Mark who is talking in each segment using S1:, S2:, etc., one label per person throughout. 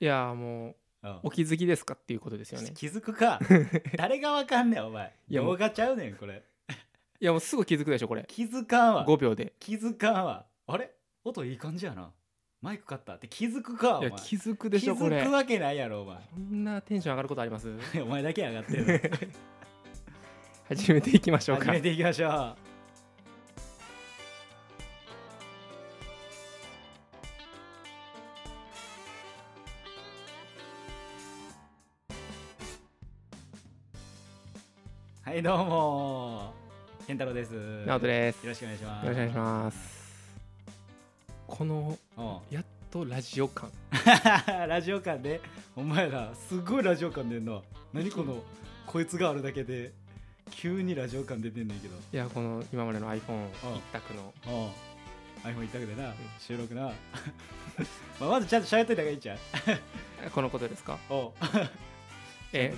S1: いやーもう
S2: うん
S1: お気づきですかっていうことですよね
S2: 気づく か誰がわかんねんお前
S1: いや
S2: 動画ちゃうねんこれ
S1: いやもうすぐ気づくでしょこれ
S2: 気づかんわ
S1: 5秒で
S2: 気づかんわあれ音いい感じやなマイク買ったって気づくかお
S1: いや
S2: 前
S1: 気づくでしょこ
S2: 気づ
S1: れ
S2: くわけないやろお前
S1: こんなテンション上がることあります
S2: お前だけ上がってる
S1: 始めていきましょう
S2: 始
S1: か
S2: めていきましょうはいどうも健太郎です
S1: 直人です
S2: よ
S1: よ
S2: ろしくお願いします
S1: ろしくお願いしますこの
S2: おう
S1: やっとラジオ感
S2: ラジオ感でお前らすごいラジオ感出んな何このこいつがあるだけで急にラジオ感出てんねんけど
S1: いやこの今までの iPhone
S2: うん
S1: 一択の
S2: おう iPhone 一択でな、収録な まあまずちゃんと喋っといた方がいいじゃん
S1: このことですか
S2: おう
S1: え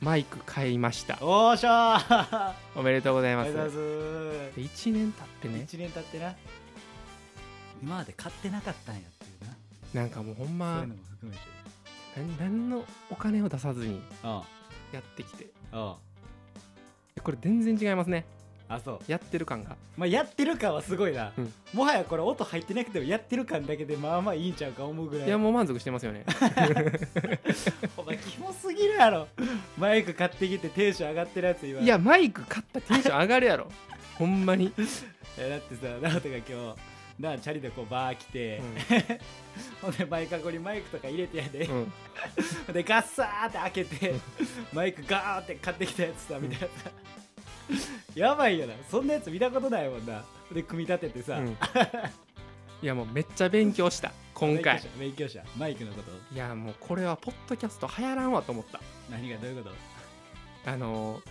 S1: マイク買いました
S2: おーしゃー
S1: おめでとうござい
S2: あ
S1: ま
S2: り
S1: す
S2: がとうございます
S1: 1年経ってね
S2: 1年経ってな今まで買ってなかったんやっていうな
S1: なんかもうほん
S2: そうい
S1: ま
S2: うのも含めて
S1: 何何のお金を出さずに
S2: おう
S1: やってきて
S2: おう
S1: これ全然違いますね
S2: あそう
S1: やってる感が
S2: まあ、やってる感はすごいな、
S1: うん
S2: もはやこれ音入ってなくてもやってる感だけでまあまあいいんちゃうか思うぐらい
S1: いやもう満足してますよね
S2: お前キモすぎるやろマイク買ってきてテンション上がってるやつ今
S1: いやマイク買ったらテンション上がるやろ ほんまに、
S2: いやだってさナオトが今日なあチャリでこうバー来て、ほんでマイカゴにマイクとか入れてやで、
S1: うん
S2: でガッサーって開けて マイクガーって買ってきたやつさみたいなさ、 やばいよなそんなやつ見たことないもんなで組み立ててさ、
S1: うんいやもうめっちゃ勉強した今回
S2: 勉強者勉強者マイクのこと
S1: いやもうこれはポッドキャスト流行らんわと思った
S2: 何がどういうこと
S1: あのー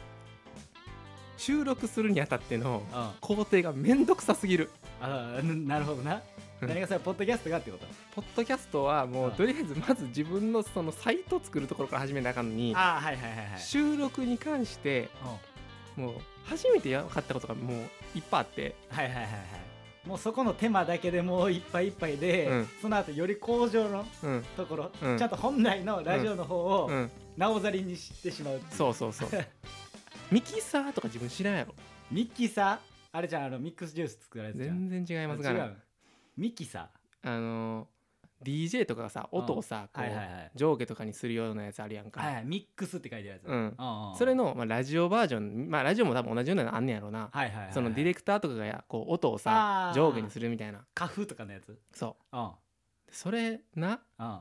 S1: 収録するにあたっての
S2: うん
S1: 工程がめんどくさすぎる
S2: ああなるほどな
S1: うん
S2: 何がそれポッドキャストがってこと
S1: ポッドキャストはもう
S2: ああ
S1: とりあえずまず自分のそのサイト作るところから始めなあかんのに
S2: ああはいはいはいはい
S1: 収録に関してもう初めてやかったことがもういっぱいあって
S2: はいはいはいはいもうそこの手間だけでもういっぱいいっぱいで、
S1: うん
S2: その後より向上の
S1: うん
S2: ところ、
S1: うん
S2: ちゃんと本来のラジオの方を
S1: うん
S2: なおざりにしてしまうっていう
S1: そうそうそう ミキサーとか自分知らんやろ
S2: ミキサーあれじゃんあのミックスジュース作られてたじゃん
S1: 全然違います
S2: あ
S1: が
S2: 違
S1: な
S2: うミキサ
S1: あの DJ とかがさ音をさ
S2: ー
S1: こ
S2: はいはいは
S1: う
S2: い
S1: 上下とかにするようなやつあるやん
S2: はい
S1: か
S2: はいミックスって書いてるやつ、
S1: うん
S2: んん
S1: それのまあラジオバージョンまあラジオも多分同じようなのあんねやろな
S2: はいはいはいはい
S1: そのディレクターとかがこう音をさ
S2: あー
S1: 上下にするみたいな
S2: カフとかのやつ
S1: そ
S2: うんうん
S1: うそれな
S2: うん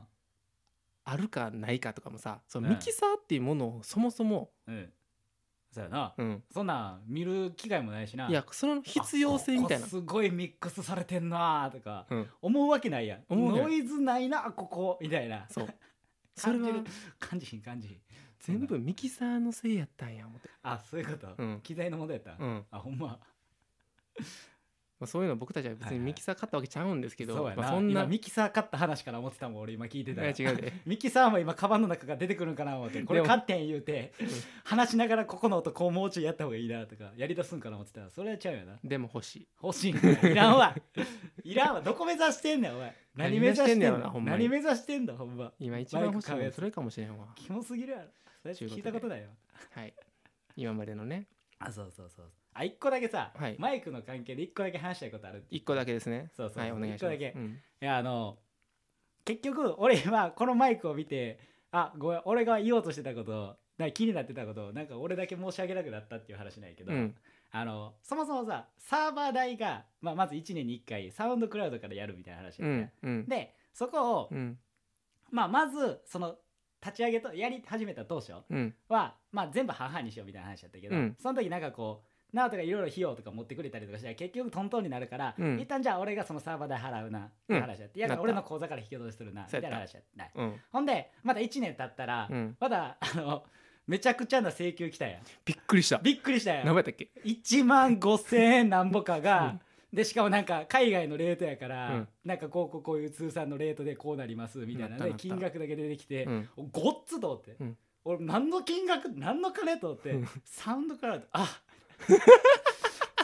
S1: あるかないかとかもさその
S2: うん
S1: ミキサーっていうものをそもそも、
S2: うんそうやな、
S1: うん、
S2: そんなん見る機会もないしない
S1: やその必要性みたいな
S2: あここすごいミックスされてんなとか、
S1: うん
S2: 思うわけないやん
S1: 思うわけな
S2: ノイズないなここみたいな
S1: そうそれ
S2: 感
S1: は
S2: じる感じひん感じひん
S1: 全部ミキサーのせいやったんや思って、
S2: あそういうこと、
S1: うん
S2: 機材の問題やった、
S1: うんま
S2: あほんま
S1: あ、そういうの僕たちは別にミキサー買ったわけちゃうんですけど、
S2: そうやな、
S1: まあ、そんな
S2: 今ミキサー買った話から思ってたもん俺今聞いてたら
S1: いや違うで
S2: ミキサーも今カバンの中から出てくるんかな思ってこれ
S1: でも
S2: 買ってん言うて話しながらここの音こうもうちょいやった方がいいなとかやりだすんかな思ってたらそれはちゃうよな
S1: でも欲しい
S2: 欲しいんかいいらんわいらんわどこ目指してんねんお前何目指して
S1: 何目指してん
S2: ん
S1: ねや
S2: の
S1: ろなほんまに
S2: 何目指してんだほんま
S1: 今一番欲しい
S2: バイク買う
S1: の
S2: や
S1: は
S2: つ
S1: それかもしれん わ
S2: キモすぎるやろそれ
S1: ちゅうこと
S2: 聞い
S1: で
S2: たことないよ
S1: はい今までのね
S2: あそうそうそうあ一個だけさ、
S1: はい
S2: マイクの関係で一個だけ話したいことあるい
S1: 一個だけですね
S2: そうそう
S1: はいお願いします
S2: 一個だけ
S1: うん
S2: やあの結局俺はこのマイクを見てあごめん俺が言おうとしてたことなんか気になってたことなんか俺だけ申し訳なくなったっていう話ないけど、
S1: うん
S2: あのそもそもさサーバー代が、まあ、まず1年に1回サウンドクラウドからやるみたいな話
S1: う
S2: やったやん
S1: んうん
S2: でそこを、
S1: うん
S2: まあ、まずその立ち上げとやり始めた当初
S1: うん
S2: は、まあ、全部半々にしようみたいな話だったけど、
S1: うん
S2: その時なんかこう直人がいろいろ費用とか持ってくれたりとかしたら結局トントンになるから、
S1: うん
S2: 一旦じゃあ俺がそのサーバー代払うなっ
S1: う
S2: て
S1: ん
S2: 話やって、いや
S1: なった
S2: 俺の口座から引き落としするなみ
S1: そ
S2: た
S1: う
S2: い
S1: や
S2: な
S1: った
S2: 話やった
S1: うん
S2: ほんでまた1年経ったら、
S1: うん
S2: まだあのめちゃくちゃな請求来たやん
S1: びっくりした
S2: びっくりしたや
S1: 何倍
S2: ん
S1: やったっけ
S2: 1万5000円なんぼかが、でしかもなんか海外のレートやから、
S1: うん
S2: なんかこうこうこういう通算のレートでこうなりますみたいな
S1: なったな
S2: ね
S1: った
S2: 金額だけ出てきて、
S1: うん
S2: ごっつと思って、
S1: うん
S2: 俺何の金額何の金と思って、
S1: うん
S2: サウンドクラウドあ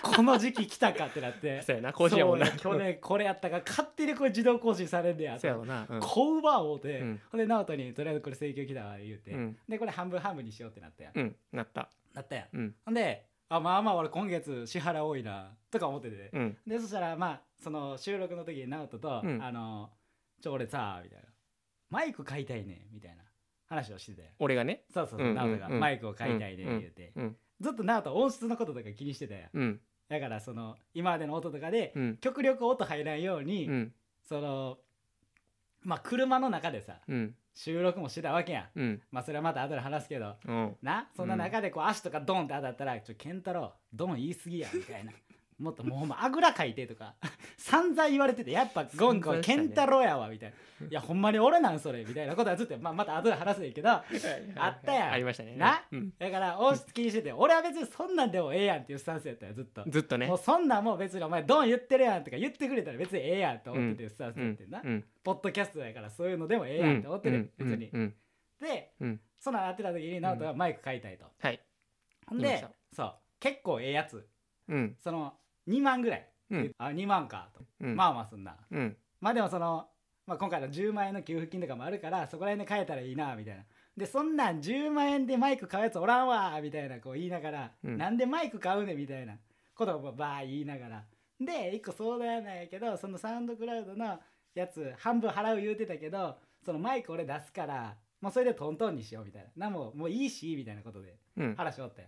S2: こ この時期来たかってなって
S1: そうやな更新やもんな
S2: そう去年これやったから勝手にこれ自動更新されんねや
S1: そうやろうなうん
S2: こう奪おうて、
S1: うん
S2: ほんで直人に「とりあえずこれ請求来たわ」言うて、
S1: うん
S2: でこれ半分半分にしようってなったやん、
S1: うんなった
S2: なったやん
S1: うん
S2: ほんで「あまあまあ俺今月支払多いな」とか思ってて、
S1: うん
S2: でそしたらまあその収録の時に直人と「
S1: うん
S2: あのちょ俺さ」みたいな「マイク買いたいね」みたいな話をしてたよ
S1: 俺がね
S2: そうそ
S1: う
S2: うそ
S1: んう
S2: うん直人が「
S1: うん
S2: マイクを買いたいね」言うて、
S1: うん
S2: ずっと直人音質のこととか気にしてたよ
S1: うん
S2: だからその今までの音とかで、
S1: うん
S2: 極力音入らんように、
S1: うん
S2: そのまあ車の中でさ
S1: うん
S2: 収録もしてたわけやん
S1: うん
S2: まあそれはまた後で話すけど
S1: うん
S2: なそんな中でこう足とかドンって当たったら「ちょ健太郎ドン言い過ぎや」みたい な。もっともうほんまあぐらかいてとか散々言われててやっぱゴンゴ
S1: 散々
S2: ン
S1: したね
S2: 健太郎やわみたい な「いやほんまに俺なんそれ」みたいなことはずっと、まあ、また後で話すねんけど あったやん
S1: ありましたね
S2: な
S1: うん
S2: だから音質気にしてて俺は別にそんなんでもええやんっていうスタンスやったよずっと、
S1: ずっとね
S2: もうそんなんもう別にお前ドン言ってるやんとか言ってくれたら別にええやんと思っててスタンス
S1: う
S2: やっ
S1: ん
S2: てんな、
S1: うん
S2: ポッドキャストやからそういうのでもええやんって思って
S1: う
S2: る
S1: ん
S2: 別に、
S1: うんうん
S2: で、
S1: うん
S2: そんなんやってた時に直人がマイク買いたいと、
S1: はい
S2: ほん
S1: 言い
S2: で
S1: まし
S2: そう結構ええやつ
S1: うん
S2: その2万ぐらい、
S1: うん
S2: あ2万かと、
S1: うん
S2: まあまあそんな
S1: うん
S2: まあでもその、まあ、今回の10万円の給付金とかもあるからそこら辺で買えたらいいなみたいなでそんなん10万円でマイク買うやつおらんわみたいなこう言いながら、
S1: うん
S2: なんでマイク買うねみたいなことをばー言いながらで一個相談やないけどそのサウンドクラウドのやつ半分払う言うてたけどそのマイク俺出すからもうそれでトントンにしようみたいななんももういいしみたいなことで
S1: うん
S2: 話おったよ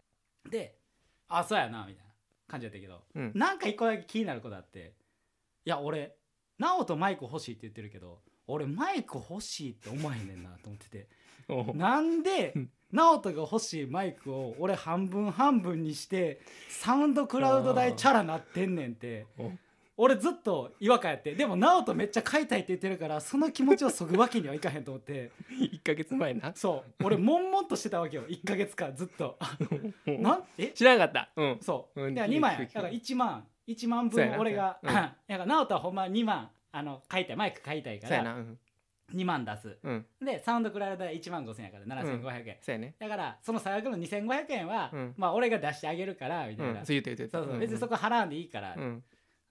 S2: で「あそうやな」みたいな感じやったけど、
S1: うん
S2: なんか一個だけ気になることあって「いや俺直人マイク欲しいって言ってるけど俺マイク欲しいって思わへんねんな」と思っ てて
S1: おう
S2: な んで
S1: うん
S2: 直人が欲しいマイクを俺半分半分にしてサウンドクラウド代チャラなってんねんって
S1: おう
S2: 俺ずっと違和感やってでも直人めっちゃ買いたいって言ってるからその気持ちをそぐわけにはいかへんと思って
S1: 1ヶ月前な
S2: そう俺悶々としてたわけよ1ヶ月間ずっ と。あ
S1: うん
S2: なんえ
S1: 知らなかったうん
S2: そう。
S1: うん
S2: だから2万
S1: 聞
S2: や。
S1: く聞
S2: だ
S1: く
S2: から1万、1万
S1: そうや
S2: 分
S1: な
S2: 俺が、
S1: そうや
S2: だから直人はほんま2万、あの、買いたい、マイク買いたいか
S1: そうや
S2: ら、
S1: なうん
S2: 2万出す。
S1: うん
S2: で、サウンドクラウドは1万5千やから、7500円。
S1: そうやね
S2: だから、その差額の2500円は
S1: うん、
S2: まあ、俺が出してあげるから、み
S1: う
S2: たい
S1: ん
S2: な。
S1: そう言って言って
S2: そうそう、別にそ
S1: こ
S2: こ払わんでいいから
S1: う、ん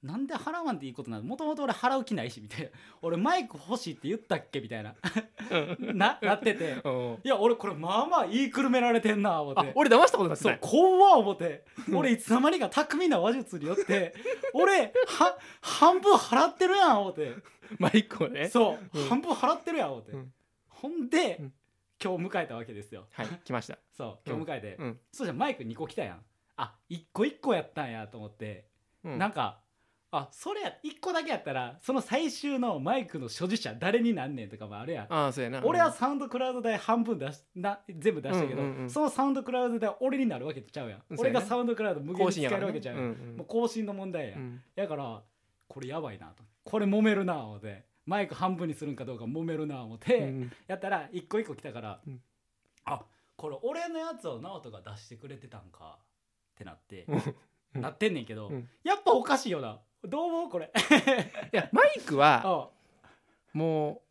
S2: なんで払わんでいいことなのもともと俺払う気ないし、み たいな。俺マイク欲しいって言ったっけみたいな。
S1: うん
S2: な、なってて。
S1: おう
S2: いや、俺これまあまあ言いくるめられてんな、思っ
S1: あ
S2: て。
S1: 俺騙したことなく
S2: そ
S1: な
S2: う
S1: い
S2: 怖っ思って俺いつの間にか巧みな話術によって俺は半分払ってるやん思って
S1: マイクをね
S2: そう、
S1: うん
S2: 半分払ってるやん思って、
S1: うん
S2: ほんで、
S1: うん
S2: 今日迎えたわけですよ
S1: はい来ました
S2: そう今日迎えて、
S1: うん
S2: そうじゃんマイク2個来たやんあ一1個1個やったんやと思って、
S1: うん
S2: なんかあそれや1個だけやったらその最終のマイクの所持者誰になんねんとかもあるやん
S1: ああそうやな
S2: 俺はサウンドクラウド代半分出しな全部出したけど、
S1: うんうんうん
S2: そのサウンドクラウド代俺になるわけちゃうやん、
S1: そうやな
S2: 俺がサウンドクラウド無限
S1: 更
S2: に使
S1: 新
S2: え
S1: やから
S2: る
S1: ね
S2: わけちゃうやん、
S1: うん
S2: もう更新の問題や、
S1: うんうん
S2: だからこれやばいなとこれ揉めるな思ってマイク半分にするんかどうか揉めるな思って、
S1: うん
S2: やったら一個一個来たから、
S1: うん
S2: あこれ俺のやつを直人が出してくれてたんかってなって、
S1: うん
S2: なってんねんけど、
S1: うん
S2: やっぱおかしいよなどう思うこれ
S1: いやマイクは
S2: あ
S1: も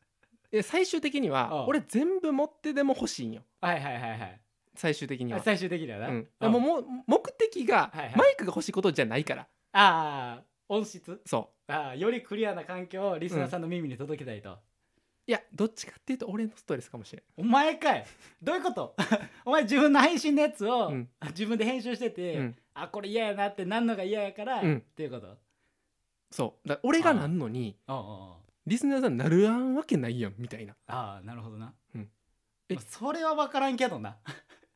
S1: ういや最終的に
S2: ああ
S1: は俺全部持ってでも欲しいんよ
S2: はいはいはいはい
S1: 最終的には
S2: 最終的にはな、
S1: うん
S2: あ
S1: もうもう目的が
S2: はいはい
S1: マイクが欲しいことじゃないから
S2: ああ音質
S1: そ
S2: ああよりクリアな環境をリスナーさんの耳に届けたいと、
S1: ういやどっちかっていうと俺のストレスかもしれん
S2: お前かいどういうこと お前自分の配信のやつを、
S1: うん
S2: 自分で編集してて、
S1: うん
S2: あこれ嫌やなってなんのが嫌やから、
S1: うん
S2: っていうことおう
S1: そうだから俺がなんのに
S2: おうおう
S1: リスナーさんなるあんわけないやんみたいな
S2: ああなるほどな、
S1: うん
S2: えそれは分からんけどな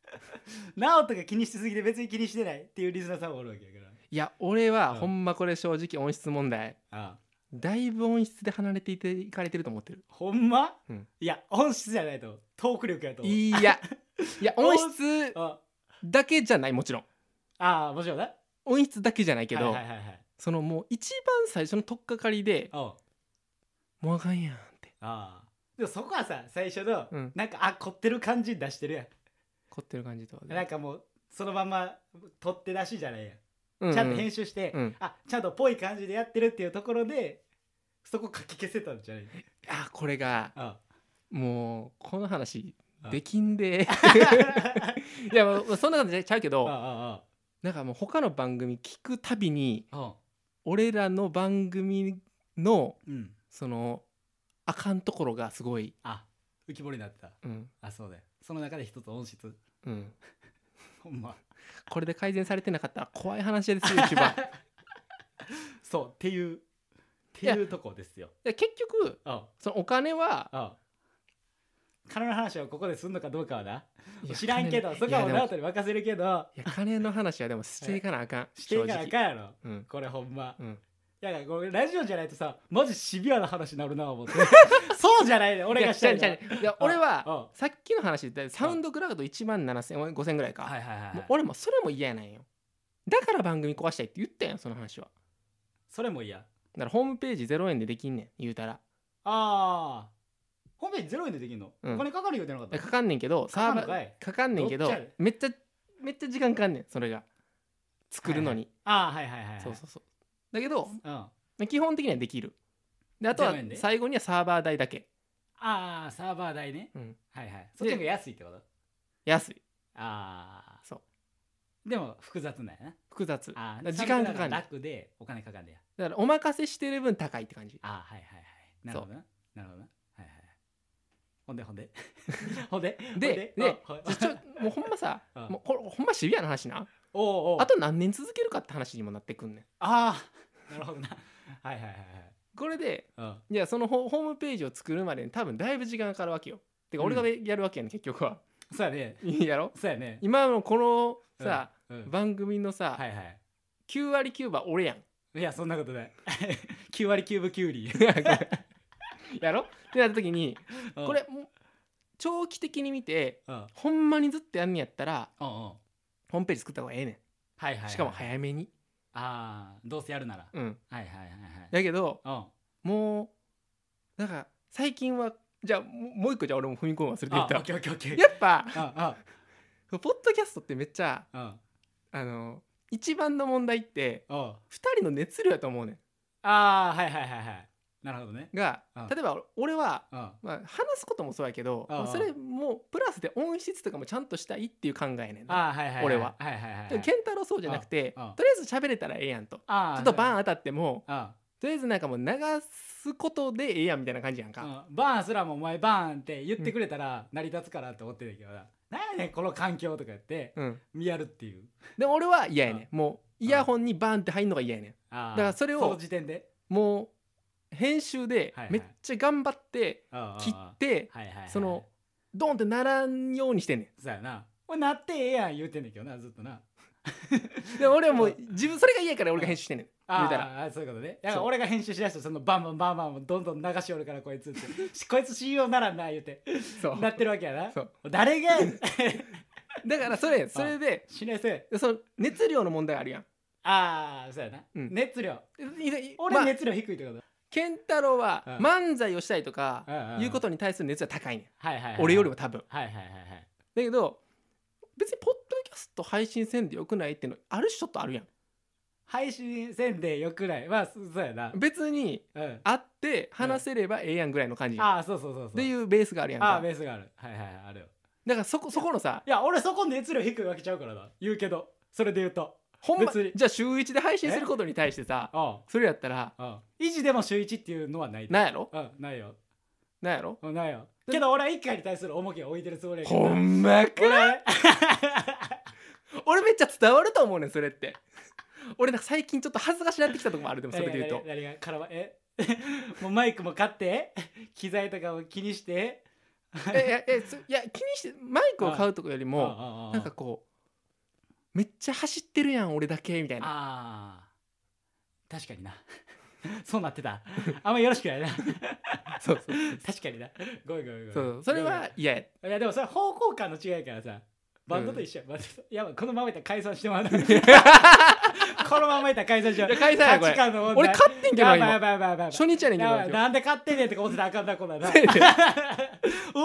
S2: 直人が気にしすぎて別に気にしてないっていうリスナーさんもおるわけやから
S1: いや俺は
S2: うん
S1: ほんまこれ正直音質問題
S2: ああ
S1: だいぶ音質で離れていていかれてると思ってる
S2: ほんま、
S1: うん
S2: いや音質じゃないとトーク力やと思う
S1: いやい や音質
S2: あ
S1: だけじゃないもちろん
S2: ああもちろんな
S1: 音質だけじゃないけど、
S2: はいはいはいはい
S1: そのもう一番最初の取っかかりで
S2: おう
S1: もうあかんやんって
S2: ああでもそこはさ最初の、
S1: うん
S2: なんかあ凝ってる感じ出してるやん、
S1: 凝ってる感じとは
S2: なんかもうそのまま取って出しじゃないやん、
S1: うう
S2: ちゃんと編集して、
S1: うん
S2: あちゃんとぽい感じでやってるっていうところでそこ書き消せたんじゃない
S1: あこれが
S2: あ
S1: もうこの話
S2: あ
S1: できんでいやまあそんな感じちゃうけ
S2: ああ
S1: ど
S2: あ
S1: なんかもう他の番組聞くたびに
S2: うん
S1: 俺らの番組の
S2: うん
S1: そのあかんところがすごい
S2: あ浮き彫りになってた
S1: うん
S2: あそうだよその中で一つ音質
S1: うん
S2: ほんま
S1: これで改善されてなかったら怖い話ですよ一番い
S2: そうっていうって
S1: や
S2: いうとこですよ
S1: や結局
S2: あ
S1: そのお金は
S2: あ金の話をここですんのかどうかはない
S1: や
S2: 知らんけど
S1: 金
S2: そこはもう
S1: いやでも
S2: 直人に任せるけど
S1: いや金の話はでもしていかなあかん
S2: していかなあ
S1: 正
S2: かんやろ
S1: 直うん
S2: これほんま
S1: うん
S2: いやこれラジオじゃないとさマジシビアな話になるな 思ってそうじゃないね俺がしたい
S1: い
S2: のは
S1: や違う違ういや俺
S2: うん
S1: はさっきの話でサウンドクラウド1万7000 5000ぐらいか、
S2: はいはいはいは
S1: もう
S2: い
S1: 俺もそれも嫌やなんよだから番組壊したいって言ったやんその話は
S2: それも嫌あ
S1: だからホームページ0円でできんねん言うたら
S2: あーホームページ0円でできんの、
S1: うん
S2: お金かかるようじゃなかった
S1: かかんねんけどサー
S2: かかん
S1: バ
S2: のか
S1: ー
S2: い
S1: かかんねんけど
S2: どっちやね
S1: めっちゃめっちゃ時間かかんねんそれが作るのに、
S2: ああはいはいはいはい
S1: そうそうそうだけど
S2: うん、あ
S1: 基本的にはできるであとは
S2: 0円で
S1: 最後にはサーバー代だけ、
S2: あサーバー代ね
S1: うん、
S2: はいはいそっちの方が安いってこと
S1: 安い
S2: ああ
S1: そう
S2: でも複雑なんやな
S1: 複雑
S2: あ
S1: だか
S2: あ
S1: ら時間かかんねん
S2: 楽でお金かかんねや
S1: だからお任せしてる分高いって 感じ
S2: ああはいはいはいなるほどななるほどなはいはいはいほんでほん でほんで
S1: で
S2: ほん
S1: で
S2: あはい
S1: ちょもうほんまさ
S2: うん
S1: もうこれほんまシビアな話な
S2: おうおう
S1: あと何年続けるかって話にもなってくんねん
S2: ああなるほどなはいはいはいはい
S1: これで
S2: うん
S1: いやそのホホームページを作るまでに多分だいぶ時間かかるわけよてか
S2: うん
S1: 俺がやるわけやね、ん、結局は
S2: そうやね
S1: い いやろ
S2: そうやね
S1: 今のこのさ、
S2: うんうん
S1: 番組のさ、
S2: はいはい
S1: 9割9分は俺 やん
S2: いやそんなことない 9割9分9厘
S1: やろってなった時に
S2: う ん
S1: これもう長期的に見て
S2: うんうん
S1: ほんまにずっとやんねやったら
S2: うんはい
S1: ホームページ作った方がええね
S2: はいは
S1: ん
S2: い
S1: しかも早めに、
S2: ああどうせやるなら
S1: うん
S2: はいはいはいはい
S1: だけど
S2: うん
S1: もうなんか最近はじゃあもうもう一個じゃあ俺も踏み込む忘れて
S2: あオッ
S1: た
S2: ケーオッケーオッケー
S1: やっぱ
S2: あ
S1: ポッドキャストってめっちゃ
S2: あうん
S1: あの一番の問題って
S2: うん
S1: 2人の熱量やと思うね
S2: ああはいはいはいはいなるほどね
S1: んが
S2: うん
S1: 例えば俺は、
S2: うん
S1: まあ、話すこともそうやけど、
S2: うんうん
S1: まあそれもプラスで音質とかもちゃんとしたいっていう考えやねんな
S2: ああはいはいい
S1: 俺は
S2: はいはいはい
S1: でも健太郎そうじゃなくて、
S2: うんうん
S1: とりあえず喋れたらええやんと、
S2: あ
S1: ちょっとバー
S2: ン
S1: ン当たっても
S2: あ
S1: とりあえずなんかもう流すことでええやんみたいな感じやんか、
S2: あうんバーンすらもお前バーンって言ってくれたら成り立つからって思ってるけどななんやねんこの環境とか言って
S1: うん、
S2: 見やるっていう
S1: でも俺は嫌やねんもうイヤホンにバーンって入んのが嫌やねん
S2: だ
S1: だからそれを
S2: その時点で
S1: もう編集で
S2: はいはい
S1: めっちゃ頑張って切
S2: 切
S1: って
S2: はいはいはい
S1: そのドンってならんようにしてんね
S2: そうやなこれなってええやん言うてんねんけどなずっとなん
S1: で俺はも
S2: う
S1: う自分それが嫌やから俺が編集してんねん
S2: あ
S1: 言うたら
S2: ーあーそういうことねだから
S1: そう
S2: 俺が編集しだしたらそのバンバンバンバンどんどん流しおるからこい つってしこいつ信用ならんな言うて
S1: そう
S2: なってるわけやな
S1: そう
S2: 誰が
S1: だからそれそれで
S2: 死ねせ
S1: その熱量の問題あるやん
S2: ああそうやな、
S1: うん
S2: 熱量
S1: でいい
S2: 俺
S1: まあ
S2: 熱量低いってこと、
S1: 健太郎は
S2: うん
S1: 漫才をしたいとか
S2: うんうん
S1: いうことに対する熱が高いね
S2: はいはいはい
S1: ん俺よりも多分
S2: はいはいはいはい
S1: だけど別にポッドキャスト配信せんでよくないっていうのある種ちょっとあるやん
S2: 配信せんでよくないまあそうそうやな、
S1: 別に
S2: うん、
S1: 会って話せればええやんぐらいの感じやん
S2: ああそうそうそうそう
S1: っていうベースがあるやん
S2: ああ
S1: か
S2: ベースがあるはいはいはいあるよ
S1: だからそこそこのさ
S2: いや俺そこ熱量低いわけちゃうからな言うけどそれで言うと
S1: ほんま
S2: 別に
S1: じゃあ週1で配信することに対してさ
S2: あ
S1: それやったら
S2: あああ維持でも週一っていうのはないで
S1: なんやろ
S2: うんないよ
S1: なんやろ
S2: うんないよけど俺は一回に対する重きを置いてるつもりやけど
S1: ほんまか
S2: 俺
S1: 俺めっちゃ伝わると思うねんそれって俺なんか最近ちょっと恥ずかしなってきたとこもあるでもそれで言うと
S2: 何が何が何が絡まえもうマイクも買って機材とかを気にして
S1: えええそいや気にしてマイクを買うとかよりも
S2: も
S1: なんかこうめっちゃ走ってるやん俺だけみたいな
S2: あー確かになそうなってたあんまよろしくないな
S1: そうそう
S2: 確かになごめんごめんごめん
S1: そうそれは嫌や
S2: いやでもそれ方向感の違いやからさバンドと一緒や、バンドといやこのままいったら解散してもらうこのままいったら解散しよう
S1: いや解散やこれ
S2: 価値観の問題
S1: 俺勝ってんけど
S2: やばいや
S1: 今
S2: ばいやばいやばい
S1: 初日やねんけど
S2: やばい
S1: 今
S2: なんで勝ってんねんとか思ってたらあかんなこんなんなう
S1: せやで
S2: お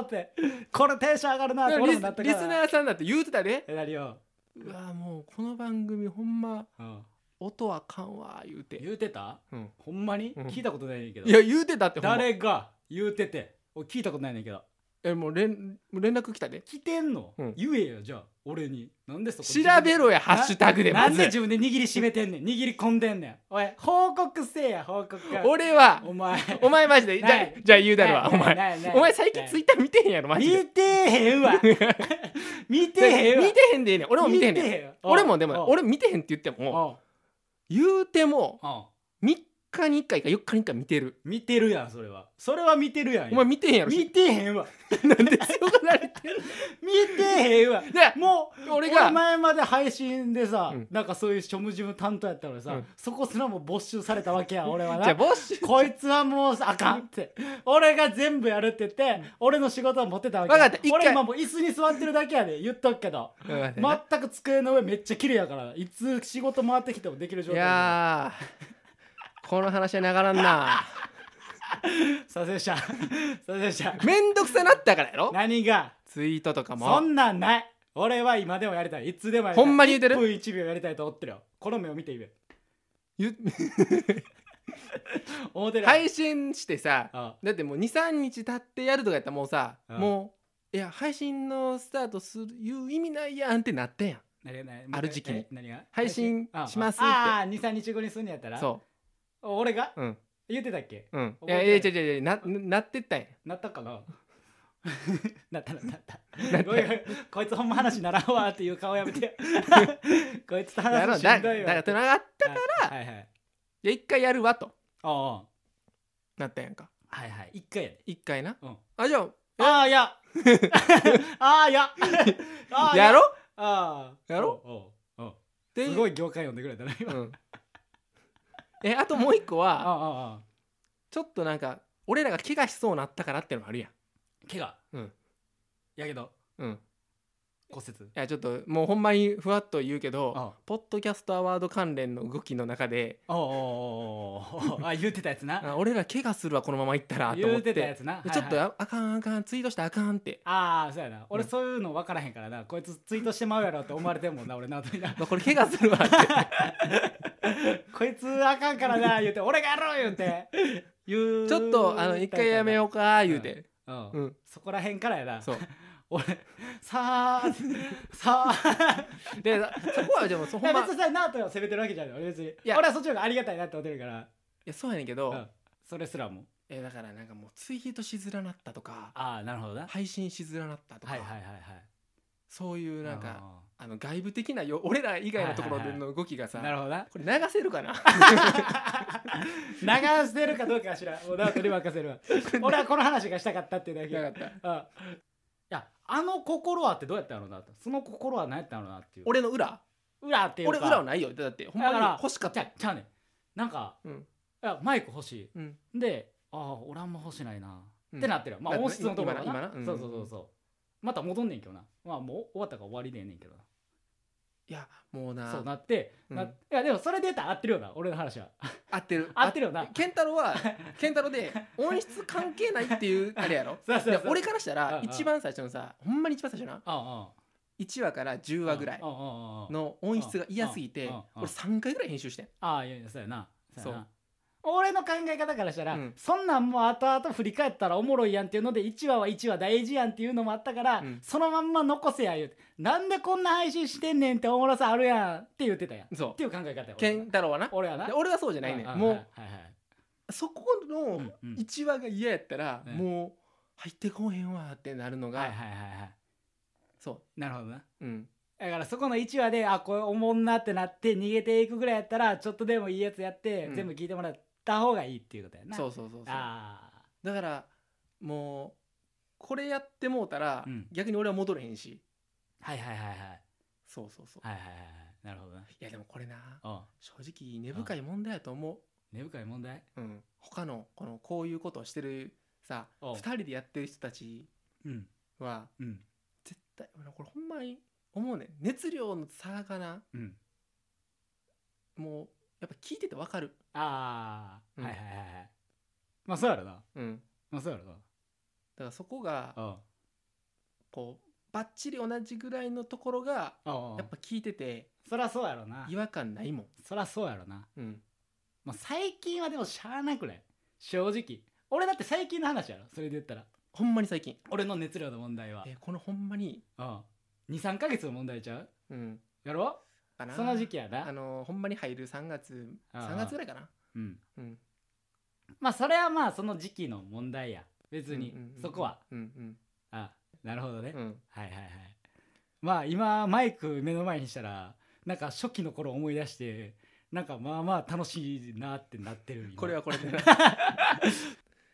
S2: ーってこれテンション上がるなって
S1: でも
S2: 俺
S1: リ
S2: も
S1: ス
S2: なったから
S1: リスナーさんだって言うてたで
S2: えなりよ、
S1: うわもうこの番組ほんま
S2: うん、
S1: 音はかんわ言うて、
S2: 言うてた
S1: うん
S2: ほんまに、
S1: うん
S2: 聞いたことないねんけど
S1: いや言うてたってほんま
S2: 誰が言うてて俺聞いたことないねんけど
S1: えもう連もう連絡来たで
S2: 来てんの、
S1: うん
S2: 言えよじゃあ俺になんでそこ
S1: 調べろやハッシュタグで
S2: な
S1: ま
S2: んで
S1: ず
S2: 自分で握りしめてんねん握り込んでんねんおい報告せえや報告
S1: 俺は
S2: お前
S1: お前マジでじゃあ
S2: ない
S1: じゃあ言うだろわお前
S2: 前
S1: お前最近ツイッター見てへんやろマジで
S2: 見てへ んわ見てへんわ
S1: 見てへんでええねん俺も見てへんねん
S2: ん
S1: 俺もでも俺見てへんって言っても
S2: も
S1: 言うても3日に1回か4日に1回見てる
S2: 見てるやんそれはそれは見てるやん
S1: お前見てへんやろ
S2: 見てへんわ
S1: なん で強くなれてる
S2: 見てへんわ
S1: で
S2: もう
S1: 俺
S2: 俺
S1: が
S2: 前まで配信でさ、
S1: うん
S2: なんかそういう庶務事務担当やったのにさ、
S1: うん
S2: そこすらも没収されたわけ や俺は
S1: じゃあ
S2: な
S1: 帽子
S2: こいつはもうあかんって俺が全部やるって言って、俺の仕事は持ってたわけ
S1: わかった一回
S2: 俺今もう椅子に座ってるだけやで言っとくけど
S1: うん
S2: 全く机の上めっちゃ綺麗やからいつ仕事回ってきてもできる状
S1: い
S2: 態
S1: やーこの話はながらん な
S2: させしたさ せした
S1: めんどくさなったからやろ
S2: 何が
S1: ツイートとか
S2: そ
S1: も
S2: んなんない俺は今でもやりたいいつでもやりたい
S1: ほんまに言うてる
S2: 1分1秒やりたいと思ってるよこの目を見て言え
S1: ゆ
S2: 思ってるよ
S1: 配信してさ
S2: あ
S1: だってもう23日経ってやるとかやったらもうさ
S2: うん
S1: もういや配信のスタートするいう意味ないやんってなってんやん
S2: 何が何
S1: ある時期に
S2: 何が
S1: 配信
S2: ああ
S1: しますって
S2: ああ23日後にすんのやったら
S1: そ
S2: 俺が
S1: ううん
S2: 言ってたっけ
S1: うんい
S2: 覚
S1: や
S2: え
S1: いや違
S2: て
S1: う違う違うななってったんや
S2: なったかななったなったなったごめんごめんこいつほんま話ならんわっていう顔や めてこいつと
S1: やろ
S2: 話
S1: う
S2: し
S1: だ
S2: ん
S1: だ
S2: どいわ
S1: から繋がった
S2: だはいはいはい
S1: いや一回やるわと
S2: おうおう
S1: なったんやんか
S2: はいはい一回やで
S1: 一回な、
S2: うん
S1: あじゃ
S2: あ あいやああいやあ
S1: あ
S2: あ
S1: やろっ
S2: ああ
S1: やろ
S2: おうおうおう
S1: て
S2: すごい業界読んでくれたな今、
S1: う
S2: あ
S1: ん、 えあともう一個
S2: あ
S1: は
S2: ああ
S1: ちょっとなんか俺らが怪我しそうなったからってのもあるやん
S2: 怪我
S1: うん
S2: やけど
S1: うん
S2: 骨折
S1: いやちょっともうほんまにふわっと言うけど
S2: あ
S1: ポッドキャストアワード関連の動きの中で
S2: おうおうおうおうおうあ言うてたやつな
S1: あ俺ら怪我するわこのまま行ったらと
S2: 言
S1: 思っ
S2: う
S1: て
S2: てたやつな、はいはい
S1: ちょっとああかんあかんツイートしたらあかんって、
S2: ああそうやな俺
S1: うん
S2: そういうの分からへんからな、こいつツイートしてまうやろって思われてんもんな俺な 後にな
S1: まあ、これ怪我するわって
S2: こいつあかんからな言うて俺がやろう言うて言 う
S1: ちょっとあの一回やめようか言うて、
S2: う、うん
S1: うん、
S2: そこらへんからやな
S1: そう
S2: 俺さあさあ
S1: でそこはじゃあもうそ
S2: い
S1: ほん
S2: や
S1: ま
S2: 別にさなあとは責めてるわけじゃない俺別に
S1: や
S2: 俺はそっちの方がありがたいなって思ってるから、
S1: いやそうやねんけど、
S2: うんそれすらも
S1: えだからなんかもうツイートしづらなったとか
S2: ああなるほどなはい
S1: 配信しづらなったとか、
S2: はいはいはい
S1: そういうなんか
S2: あ
S1: あの外部的なよ俺ら以外のところ
S2: はいはいは
S1: の動きがさ、
S2: ーなるほどな
S1: これ流せるか な
S2: 流してるかどうかは知らんもうなあとに任 せるわ俺はこの話がしたかったっていうだけ
S1: なかった
S2: あいやあの心はってどうやったのなとその心は何やったのなっていう
S1: 俺の裏
S2: 裏っていうか
S1: 俺裏はないよだってほんま
S2: だ
S1: に
S2: から
S1: 欲しかっ
S2: ち
S1: た
S2: ゃうちゃうねんなんか、
S1: うん
S2: いやマイク欲しい
S1: うん
S2: でああ俺あんま欲しないな、
S1: うん
S2: ってなってるまあ
S1: だって
S2: 音質のところが
S1: 今な今なうん
S2: そうそうそうそうまた戻んねんけどなまあもう終わったから終わりでええねんけどない
S1: やもうな
S2: そうなって、
S1: うん
S2: ないやでもそれで言ったら合ってるよな俺の話は
S1: 合ってる
S2: 合ってるよな
S1: 健太郎 は健太郎で音質関係ないっていうあれやろ
S2: そうそう
S1: で
S2: そう
S1: 俺からした
S2: うん
S1: ら
S2: うん
S1: 一番最初のさほんまに一番最初な
S2: ああ
S1: 1話から10
S2: あ
S1: 話ぐらい
S2: ああああ
S1: の音質が嫌すぎ
S2: うん
S1: て
S2: うんうん
S1: 俺3回ぐらい編集してん
S2: ああいやいやそうやなそうや
S1: そう
S2: な俺の考え方からしたら、
S1: うん
S2: そんなんもう後々振り返ったらおもろいやんっていうので1話は1話大事やんっていうのもあったから、
S1: うん
S2: そのまんま残せや言うてなんでこんな配信してんねんっておもろさあるやんって言ってたやんっ
S1: そ
S2: ていう考え方や
S1: う健太郎はな
S2: 俺はな
S1: で俺はそうじゃないねんもう
S2: はいはい
S1: そこ
S2: う
S1: の
S2: んうん
S1: 1話が嫌やったら
S2: うん
S1: もう入ってこうへんわってなるの
S2: はいはい
S1: が
S2: はいは
S1: そ
S2: いなるほどな
S1: ううん
S2: だからそこの1話であこれおもんなってなって逃げていくぐらいやったらちょっとでもいいやつやって、
S1: うん
S2: 全部聞いてもらった方がいいっていうことやな
S1: そうそうそうそうだ
S2: ああ
S1: からもうこれやってもうたら
S2: うん
S1: 逆に俺は戻れへんし
S2: はいはいはいはい
S1: そうそうそう
S2: はいはいはいはいなるほどない
S1: やでもこれな
S2: うん
S1: 正直根深い問題やと思
S2: 根深い問題
S1: ううん他のこのこういうことをしてるさ
S2: おう
S1: 2人でやってる人たち
S2: うん
S1: は
S2: うん
S1: 絶対俺これほんまに思うねん熱量の差がな
S2: うん
S1: もうやっぱ聞いててわかる
S2: ああ、
S1: うん
S2: はいはいはいはいまあそうやろな
S1: うん
S2: まあそうやろな
S1: だからそこが
S2: あ
S1: こうバッチリ同じぐらいのところが
S2: ああ
S1: やっぱ聞いてて
S2: そらそうやろな
S1: 違和感ないもん
S2: そらそうやろな
S1: うん
S2: まあ最近はでもしゃあなくない正直俺だって最近の話やろそれで言ったら
S1: ほんまに最近
S2: 俺の熱量の問題は
S1: えこのほんまに
S2: うん23か月の問題ちゃう
S1: うん
S2: やろ
S1: かな
S2: その時期や
S1: あ
S2: な、
S1: のほんまに入る3月
S2: ああ
S1: 3月ぐらいかな
S2: うん、
S1: うん
S2: まあそれはまあその時期の問題や別に
S1: うんうんうん
S2: そこは
S1: うん
S2: あなるほどね、
S1: うんうん
S2: はいはいはいまあ今マイク目の前にしたらなんか初期の頃思い出してなんかまあまあ楽しいなってなってる今
S1: これはこれで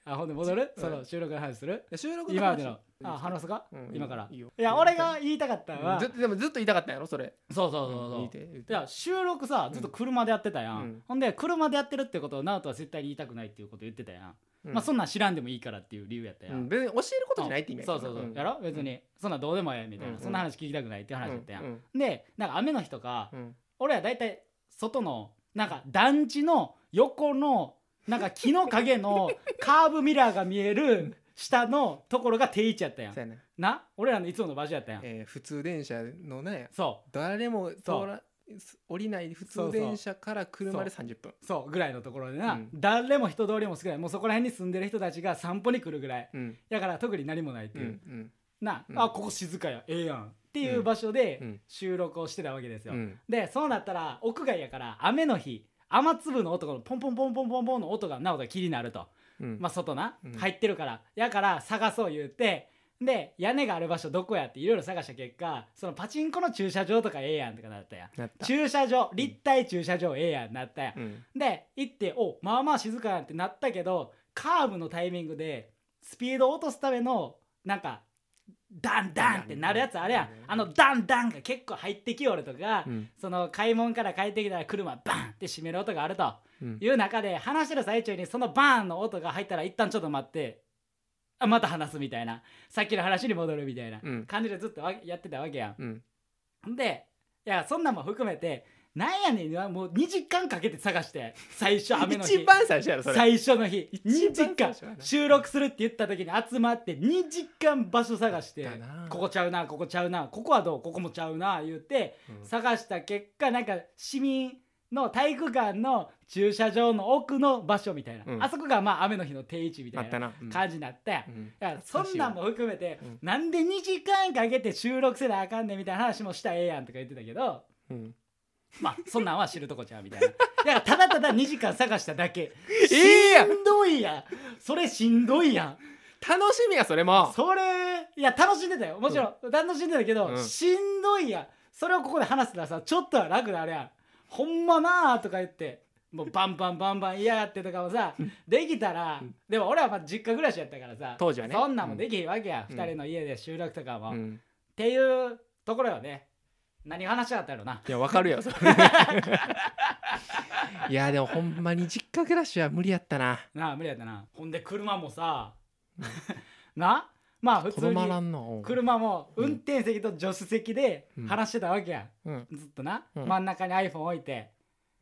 S2: あほんで戻る
S1: うん
S2: その収録の話する
S1: 収録
S2: 今までの
S1: 話
S2: あ話すか、
S1: うん
S2: 今から
S1: いいよ
S2: いや俺が言いたかったのは、
S1: うんずっとでもずっと言いたかったんやろそれ
S2: そうそうそうそう、
S1: ん言
S2: い
S1: て言て
S2: や収録さずっと車でやってたやん、
S1: うん
S2: ほんで車でやってるってことを直人は絶対に言いたくないっていうこと言ってたやん、
S1: う
S2: まあそんなん知らんでもいいからっていう理由やったやん、
S1: うん別に教えることじゃないって意味や
S2: そうそうそう、やろ別にそんなんどうでもええみたいな、
S1: うん
S2: そんな話聞きたくないっていう話やったやん、
S1: ん
S2: でなんか雨の日とか、
S1: うん
S2: 俺は大体外のなんか団地の横のなんか木の陰 のカーブミラーが見える下のところが定位置やったやん
S1: そうやな
S2: な俺らのいつもの場所やったやん
S1: えー普通電車のね
S2: そ
S1: 誰も通ら降りない普通電車から車で30分
S2: うそうぐらいのところでな、
S1: うん
S2: 誰も人通りも少ないもうそこら辺に住んでる人たちが散歩に来るぐらい
S1: うん
S2: だから特に何もないって
S1: う
S2: い
S1: ん
S2: う、
S1: うん
S2: な、
S1: うん
S2: あここ静かやええやんっていう場所で
S1: うん
S2: 収録をしてたわけですよ、
S1: うん
S2: でそうなったら屋外やから雨の日雨粒の音がポンポンポンポンポンポンの音がなおが気になると
S1: うん
S2: まあ、外な、
S1: うん
S2: 入ってるからやから探そう言うてで屋根がある場所どこやっていろいろ探した結果そのパチンコの駐車場とかええやんとかなったやん
S1: なった
S2: 駐車場立体駐車場ええやんなったやん、
S1: うん
S2: で行っておまあまあ静かやんってなったけどカーブのタイミングでスピードを落とすためのなんかダンダンってなるやつあれや
S1: う
S2: ん
S1: ん
S2: あのダンダンが結構入ってきよるとか、
S1: うん
S2: その買い物から帰ってきたら車バンって閉める音があると。
S1: うん
S2: いう中で話してる最中にそのバーンの音が入ったら一旦ちょっと待ってあまた話すみたいなさっきの話に戻るみたいな
S1: うん
S2: 感じでずっとわやってたわけや
S1: うん
S2: ん。でいやそんなんも含めてなんやねんなもう2時間かけて探して最初雨の日
S1: 一番最初やろそれ
S2: 最初の日2時
S1: 番最
S2: 間
S1: 初やな
S2: 収録するって言った時に集まって2時間場所探して
S1: だな
S2: ここちゃうなここちゃうなここはどうここもちゃうな言うて
S1: うん
S2: 探した結果なんか市民の体育館の駐車場の奥の場所みたいな、
S1: うん
S2: あそこがまあ雨の日の定位置みた
S1: あ
S2: い
S1: った
S2: な
S1: なうん
S2: 感じになって、
S1: うん
S2: だからそんなんも含めて、
S1: うん
S2: なんで2時間かけて収録せなあかんねんみたいな話もしたらええやんとか言ってたけど
S1: うん
S2: まあそんなんは知るとこちゃうみたいなだからただただ2時間探しただけ
S1: ええやん
S2: しんどいやんそれしんどいやん
S1: 楽しみやそれも
S2: それいや楽しんでたよもちろん、楽しんでたけど、
S1: うん
S2: しんどいやんそれをここで話すのはさちょっとは楽なあれやんほんまなあとか言ってもうバンバンバンバン嫌がってとかもさできたら、
S1: うん
S2: でも俺はまあ実家暮らしやったからさ
S1: 当時はね
S2: そんなんもできへんわけや、
S1: うん
S2: 二2人の家で収録とかも、
S1: う
S2: っ
S1: ん
S2: ていうところよね何が話し合ったやろない
S1: やわかるよそれいやでもほんまに実家暮らしは無理やったな
S2: なあ無理やったなほんで車もさ なまあ普
S1: と
S2: 通
S1: ど
S2: に
S1: まらんの
S2: 車も
S1: うん
S2: 運転席と助手席で
S1: うん
S2: 話してたわけや、
S1: うん
S2: ずっとな、
S1: うん
S2: 真ん中に iPhone 置いて、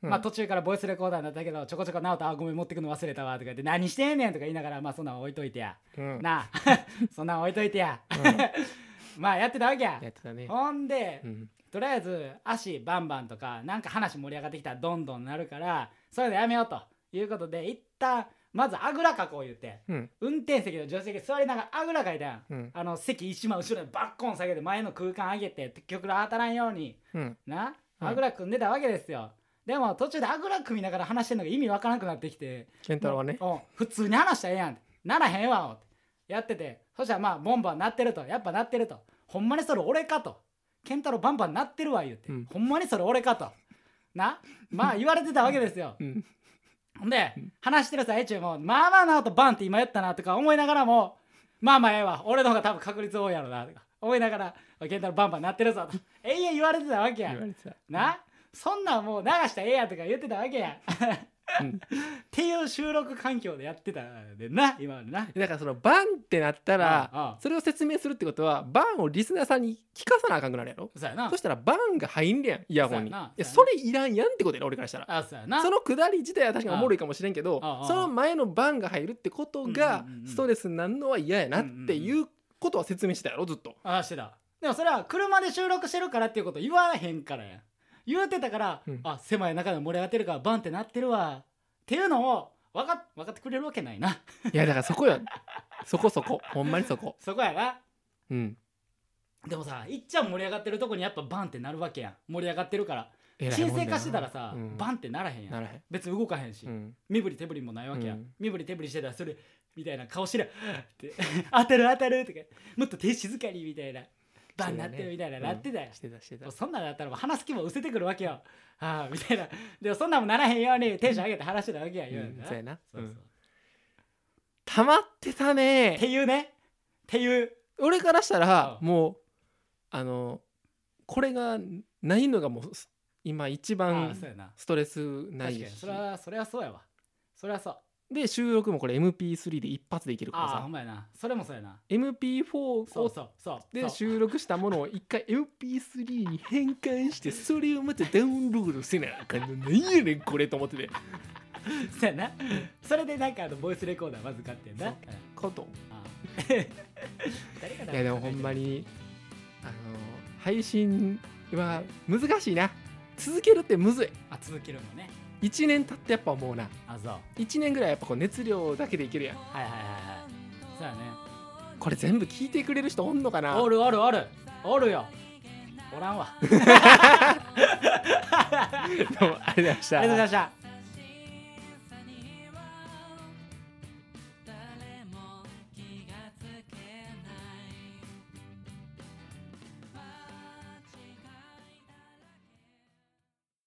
S1: うん
S2: まあ途中からボイスレコーダーになったけどちょこちょこ直人あごめん持ってくの忘れたわとか言って何してんねんとか言いながらまあそんなん置いといてや、
S1: うん
S2: なあ そんなん置いといてや
S1: うん
S2: まあやってたわけや
S1: やってたね
S2: ほんで、
S1: うん
S2: とりあえず足バンバンとかなんか話盛り上がってきたらどんどんなるからそれでやめようということで一旦まずあぐらかこう言って
S1: うん
S2: 運転席の助手席座りながらあぐらかいたやん
S1: うん
S2: あの席一番後ろにバッコン下げて前の空間上げて極力当たらんように
S1: うん
S2: な
S1: うん
S2: あぐら組んでたわけですよ、でも途中であぐら組みながら話してんのが意味わからなくなってきて
S1: 健太郎はね
S2: もううん普通に話したらええやんってならへんわってやっててそしたらまあボンバン鳴ってるとやっぱ鳴ってるとほんまにそれ俺かと健太郎バンバン鳴ってるわ言うて、
S1: うん
S2: ほんまにそれ俺かとなまあ言われてたわけですよ
S1: うん
S2: ほんで、話してる最中も、まあまあなおとバンって今やったなとか思いながらも、まあまあええわ、俺の方が多分確率多いやろなとか思いながら、ケンタロウバンバンなってるぞと、永遠言われてたわけや
S1: 言わ
S2: ん。
S1: れてた
S2: な、そんなんもう流したらええやんとか言ってたわけやん。
S1: うん
S2: っていう収録環境でやってたんでな、今までな。
S1: だからそのバンってなったら
S2: ああ
S1: それを説明するってことはバンをリスナーさんに聞かさなあかんくなるやろ
S2: そうやな
S1: そ。したらバンが入んねやんイヤホンにい
S2: そうやな
S1: や
S2: そ
S1: それいらんやんってことやろ俺からしたら
S2: あ、そうやな。
S1: そのくだり自体は確かにおもろいかもしれんけど
S2: ああああ
S1: その前の番が入るってことが
S2: うんうんうんうん
S1: ストレスになるのは嫌やなっていうことは説明してたやろずっと。
S2: あしてたでもそれは車で収録してるからっていうこと言わへんからやん言うてたから、
S1: うん
S2: あ狭い中で盛り上がってるからバンってなってるわっていうのを分かっ分かってくれるわけないない
S1: やだからそこよそこそこほんまにそこ
S2: そこやな
S1: うん
S2: でもさいっちゃん盛り上がってるとこにやっぱバンってなるわけやん盛り上がってるから
S1: 偉い
S2: 沈
S1: もんだ
S2: 静
S1: よな
S2: 化してたらさ、
S1: うん
S2: バンってならへんや
S1: なんらへん
S2: 別に動かへんし、
S1: うん
S2: 身振り手振りもないわけや、
S1: うん
S2: 身振り手振りしてたらそれみたいな顔してる って当たる当たるとかもっと手静かにみたいなバンなってるみたいな、
S1: そうだ
S2: な
S1: ね
S2: ってたよ
S1: し、てたしてた
S2: そんなんだったらもう話す気も失せてくるわけよああみたいなでもそんなんもならへんようにテンション上げて話してたわけや、言う
S1: うん
S2: な
S1: そうやな
S2: そうそう
S1: うん溜まってたね
S2: っていうねっていう
S1: 俺からしたら
S2: うん
S1: もうあのこれがないのがもう今一
S2: あ
S1: 番
S2: あそうやな
S1: ストレスない
S2: 確かに
S1: し
S2: それはそれはそうやわそれはそう
S1: で収録もこれ MP3 で一発でいけるから
S2: ああほ
S1: さ
S2: んまやなそれもそうやな
S1: MP4
S2: そう
S1: を
S2: そうそう
S1: で
S2: そう
S1: 収録したものを一回 MP3 に変換してそれをまたダウンロードせなあかんのなんやねんこれと思ってて
S2: そうやなそれでなんかあのボイスレコーダーまず買ってんな
S1: そうこと
S2: あー誰が
S1: いやでもほんま
S2: に
S1: にあの配信は難しいな続けるってむずい
S2: あ続けるのね
S1: 1年経ってやっぱ思うな
S2: あそう
S1: 1年ぐらいやっぱこう熱量だけでいけるやん
S2: はいはいはいはいそうやね
S1: これ全部聞いてくれる人おんのかな
S2: おるおるおるおるよおらんわあり
S1: どうもありがとうございました
S2: がとうございました